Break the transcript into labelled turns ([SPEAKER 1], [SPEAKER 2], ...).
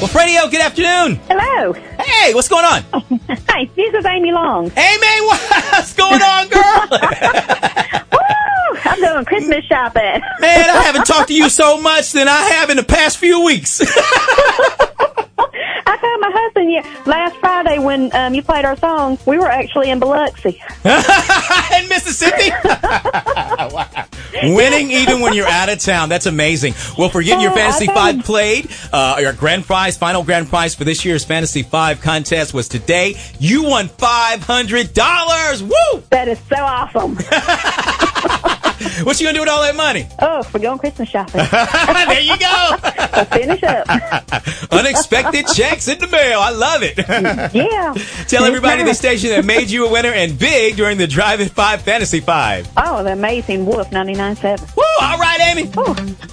[SPEAKER 1] Well, Fredio, good afternoon.
[SPEAKER 2] Hello.
[SPEAKER 1] Hey, what's going on?
[SPEAKER 2] Oh. Hi, this is Amy Long.
[SPEAKER 1] Hey, man, what's going on, girl?
[SPEAKER 2] Woo! I'm doing Christmas shopping.
[SPEAKER 1] Man, I haven't talked to you so much than I have in the past few weeks.
[SPEAKER 2] I found my husband yeah, last Friday when um, you played our song. We were actually in Biloxi.
[SPEAKER 1] in Mississippi. Wow. Winning even when you're out of town. That's amazing. Well, for getting your
[SPEAKER 2] Oh, I
[SPEAKER 1] Fantasy
[SPEAKER 2] think-
[SPEAKER 1] 5 played, uh, your grand prize, final grand prize for this year's Fantasy 5 contest was today. You won $500. Woo!
[SPEAKER 2] That is so awesome.
[SPEAKER 1] What you going to do with all that money?
[SPEAKER 2] Oh, we're going Christmas shopping.
[SPEAKER 1] there you go.
[SPEAKER 2] So finish up.
[SPEAKER 1] Unexpected checks in the mail. I love it.
[SPEAKER 2] Yeah.
[SPEAKER 1] Tell everybody the station that made you a winner and big during the Drive at 5 Fantasy 5.
[SPEAKER 2] Oh, the amazing Wolf 99.7.
[SPEAKER 1] Woo! All right, Amy.
[SPEAKER 2] Woo.